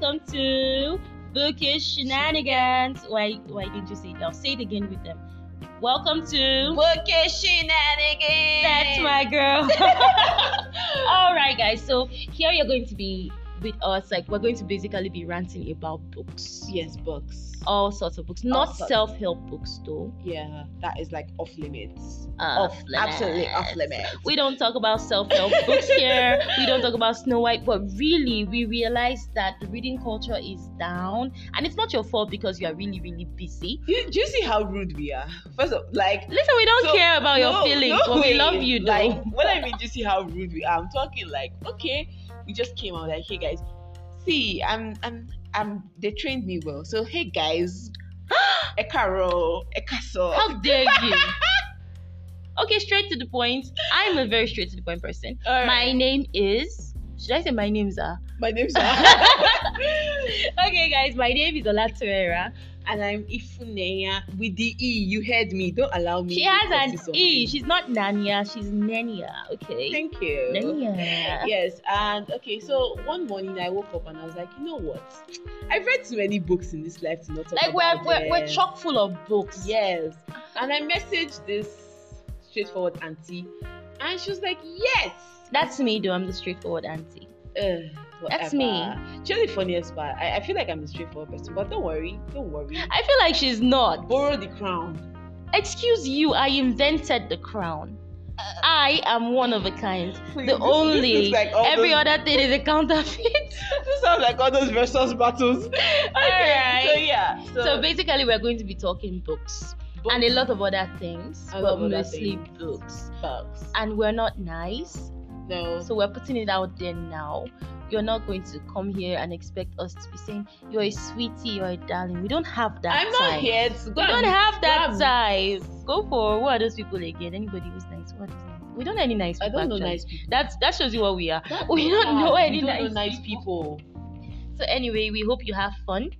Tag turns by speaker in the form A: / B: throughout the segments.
A: to Bookish Shenanigans. Why why didn't you say it? I'll say it again with them. Welcome to
B: Bookish shenanigans.
A: That's my girl. All right, guys. So here you're going to be with us. Like we're going to basically be ranting about books,
B: Yes, books.
A: all sorts of books,
B: All
A: not
B: sorts.
A: self-help books though.
B: Yeah, that is like off limits.
A: Uh,
B: absolutely off limits.
A: We don't talk about self-help books here. We don't talk about Snow White, but really, we realize that the reading culture is down, and it's not your fault because you are really, really busy.
B: You, do you see how rude we are? First of like.
A: Listen, we don't
B: So,
A: care about your
B: no,
A: feelings,
B: no
A: but we
B: way.
A: love you, though.
B: Like, what I mean, do you see how rude we are? I'm talking like, okay, we just came out like, hey guys, see, I'm, I'm, I'm. They trained me well, so hey guys, ekaro, ekaso.
A: How dare you? Okay, straight to the point. I'm a very straight to the point person.
B: Alright.
A: My name is. Should I say my names are?
B: My name's
A: okay, guys, my name is Olatorera.
B: and I'm Ifunea with the E. You heard me. Don't allow me.
A: She
B: to
A: has an
B: cause you
A: E.
B: something.
A: She's not Nanya, she's Nenia. Okay.
B: Thank you.
A: Nanya.
B: Yes, and okay, so one morning I woke up and I was like, you know what? I've read too many books in this life to not talk
A: Like, we're,
B: about
A: we're, we're
B: them."
A: chock full of books.
B: Yes. And I messaged this straightforward auntie, and she was like, yes.
A: That's me, though. I'm the straightforward auntie.
B: Ugh,
A: That's me.
B: whatever. She's the funniest part. I, I feel like I'm a straightforward person, but don't worry, don't worry.
A: I feel like she's not.
B: Borrow the crown.
A: Excuse you, I invented the crown. I am one of a kind.
B: Please,
A: The
B: this- this
A: only-
B: looks like all
A: Every
B: those-
A: other thing is a counterfeit.
B: This sounds like all those versus battles.
A: Alright.
B: So yeah. So,
A: So basically, we're going to be talking books
B: books,
A: and a lot of other things,
B: A lot
A: but
B: of other
A: mostly
B: things.
A: books.
B: books.
A: And we're not nice,
B: No.
A: so we're putting it out there now. You're not going to come here and expect us to be saying you're a sweetie, you're a darling. We don't have that.
B: I'm not
A: time.
B: here to go.
A: We don't
B: and-
A: have that
B: grab-
A: time. Go for what are those people again? Anybody who's nice? What is nice? We don't know any nice
B: I
A: people.
B: don't know
A: actually.
B: nice people.
A: That's uh, that shows you what we are. We don't know any
B: we
A: nice
B: don't know nice people.
A: So anyway, we hope you have fun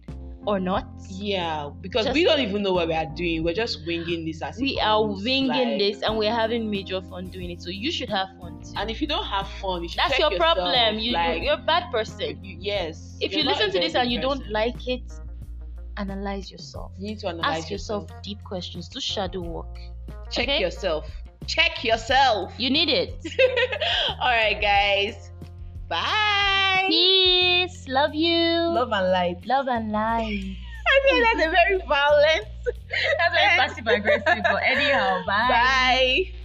A: or not.
B: Yeah, because
A: Just-
B: we don't even know what we are doing. We're just winging this as it
A: We are
B: comes,
A: winging
B: like-
A: this and we're having major fun doing it. So you should have fun too.
B: And if you don't have fun, you should
A: That's
B: check
A: your
B: yourself,
A: problem. You,
B: like,
A: you are a bad person.
B: you- yes.
A: If
B: you're
A: you
B: not
A: listen
B: a
A: to this
B: very
A: and you
B: good
A: don't
B: person.
A: like it, analyze yourself.
B: you need to analyze
A: Ask yourself deep questions. Do shadow work.
B: Check
A: okay?
B: yourself. Check yourself.
A: You need it.
B: All right, guys. Bye.
A: Peace. Love you.
B: Love and light.
A: Love and light.
B: I feel that's a very violent.
A: That's very passive aggressive, but anyhow, bye.
B: Bye.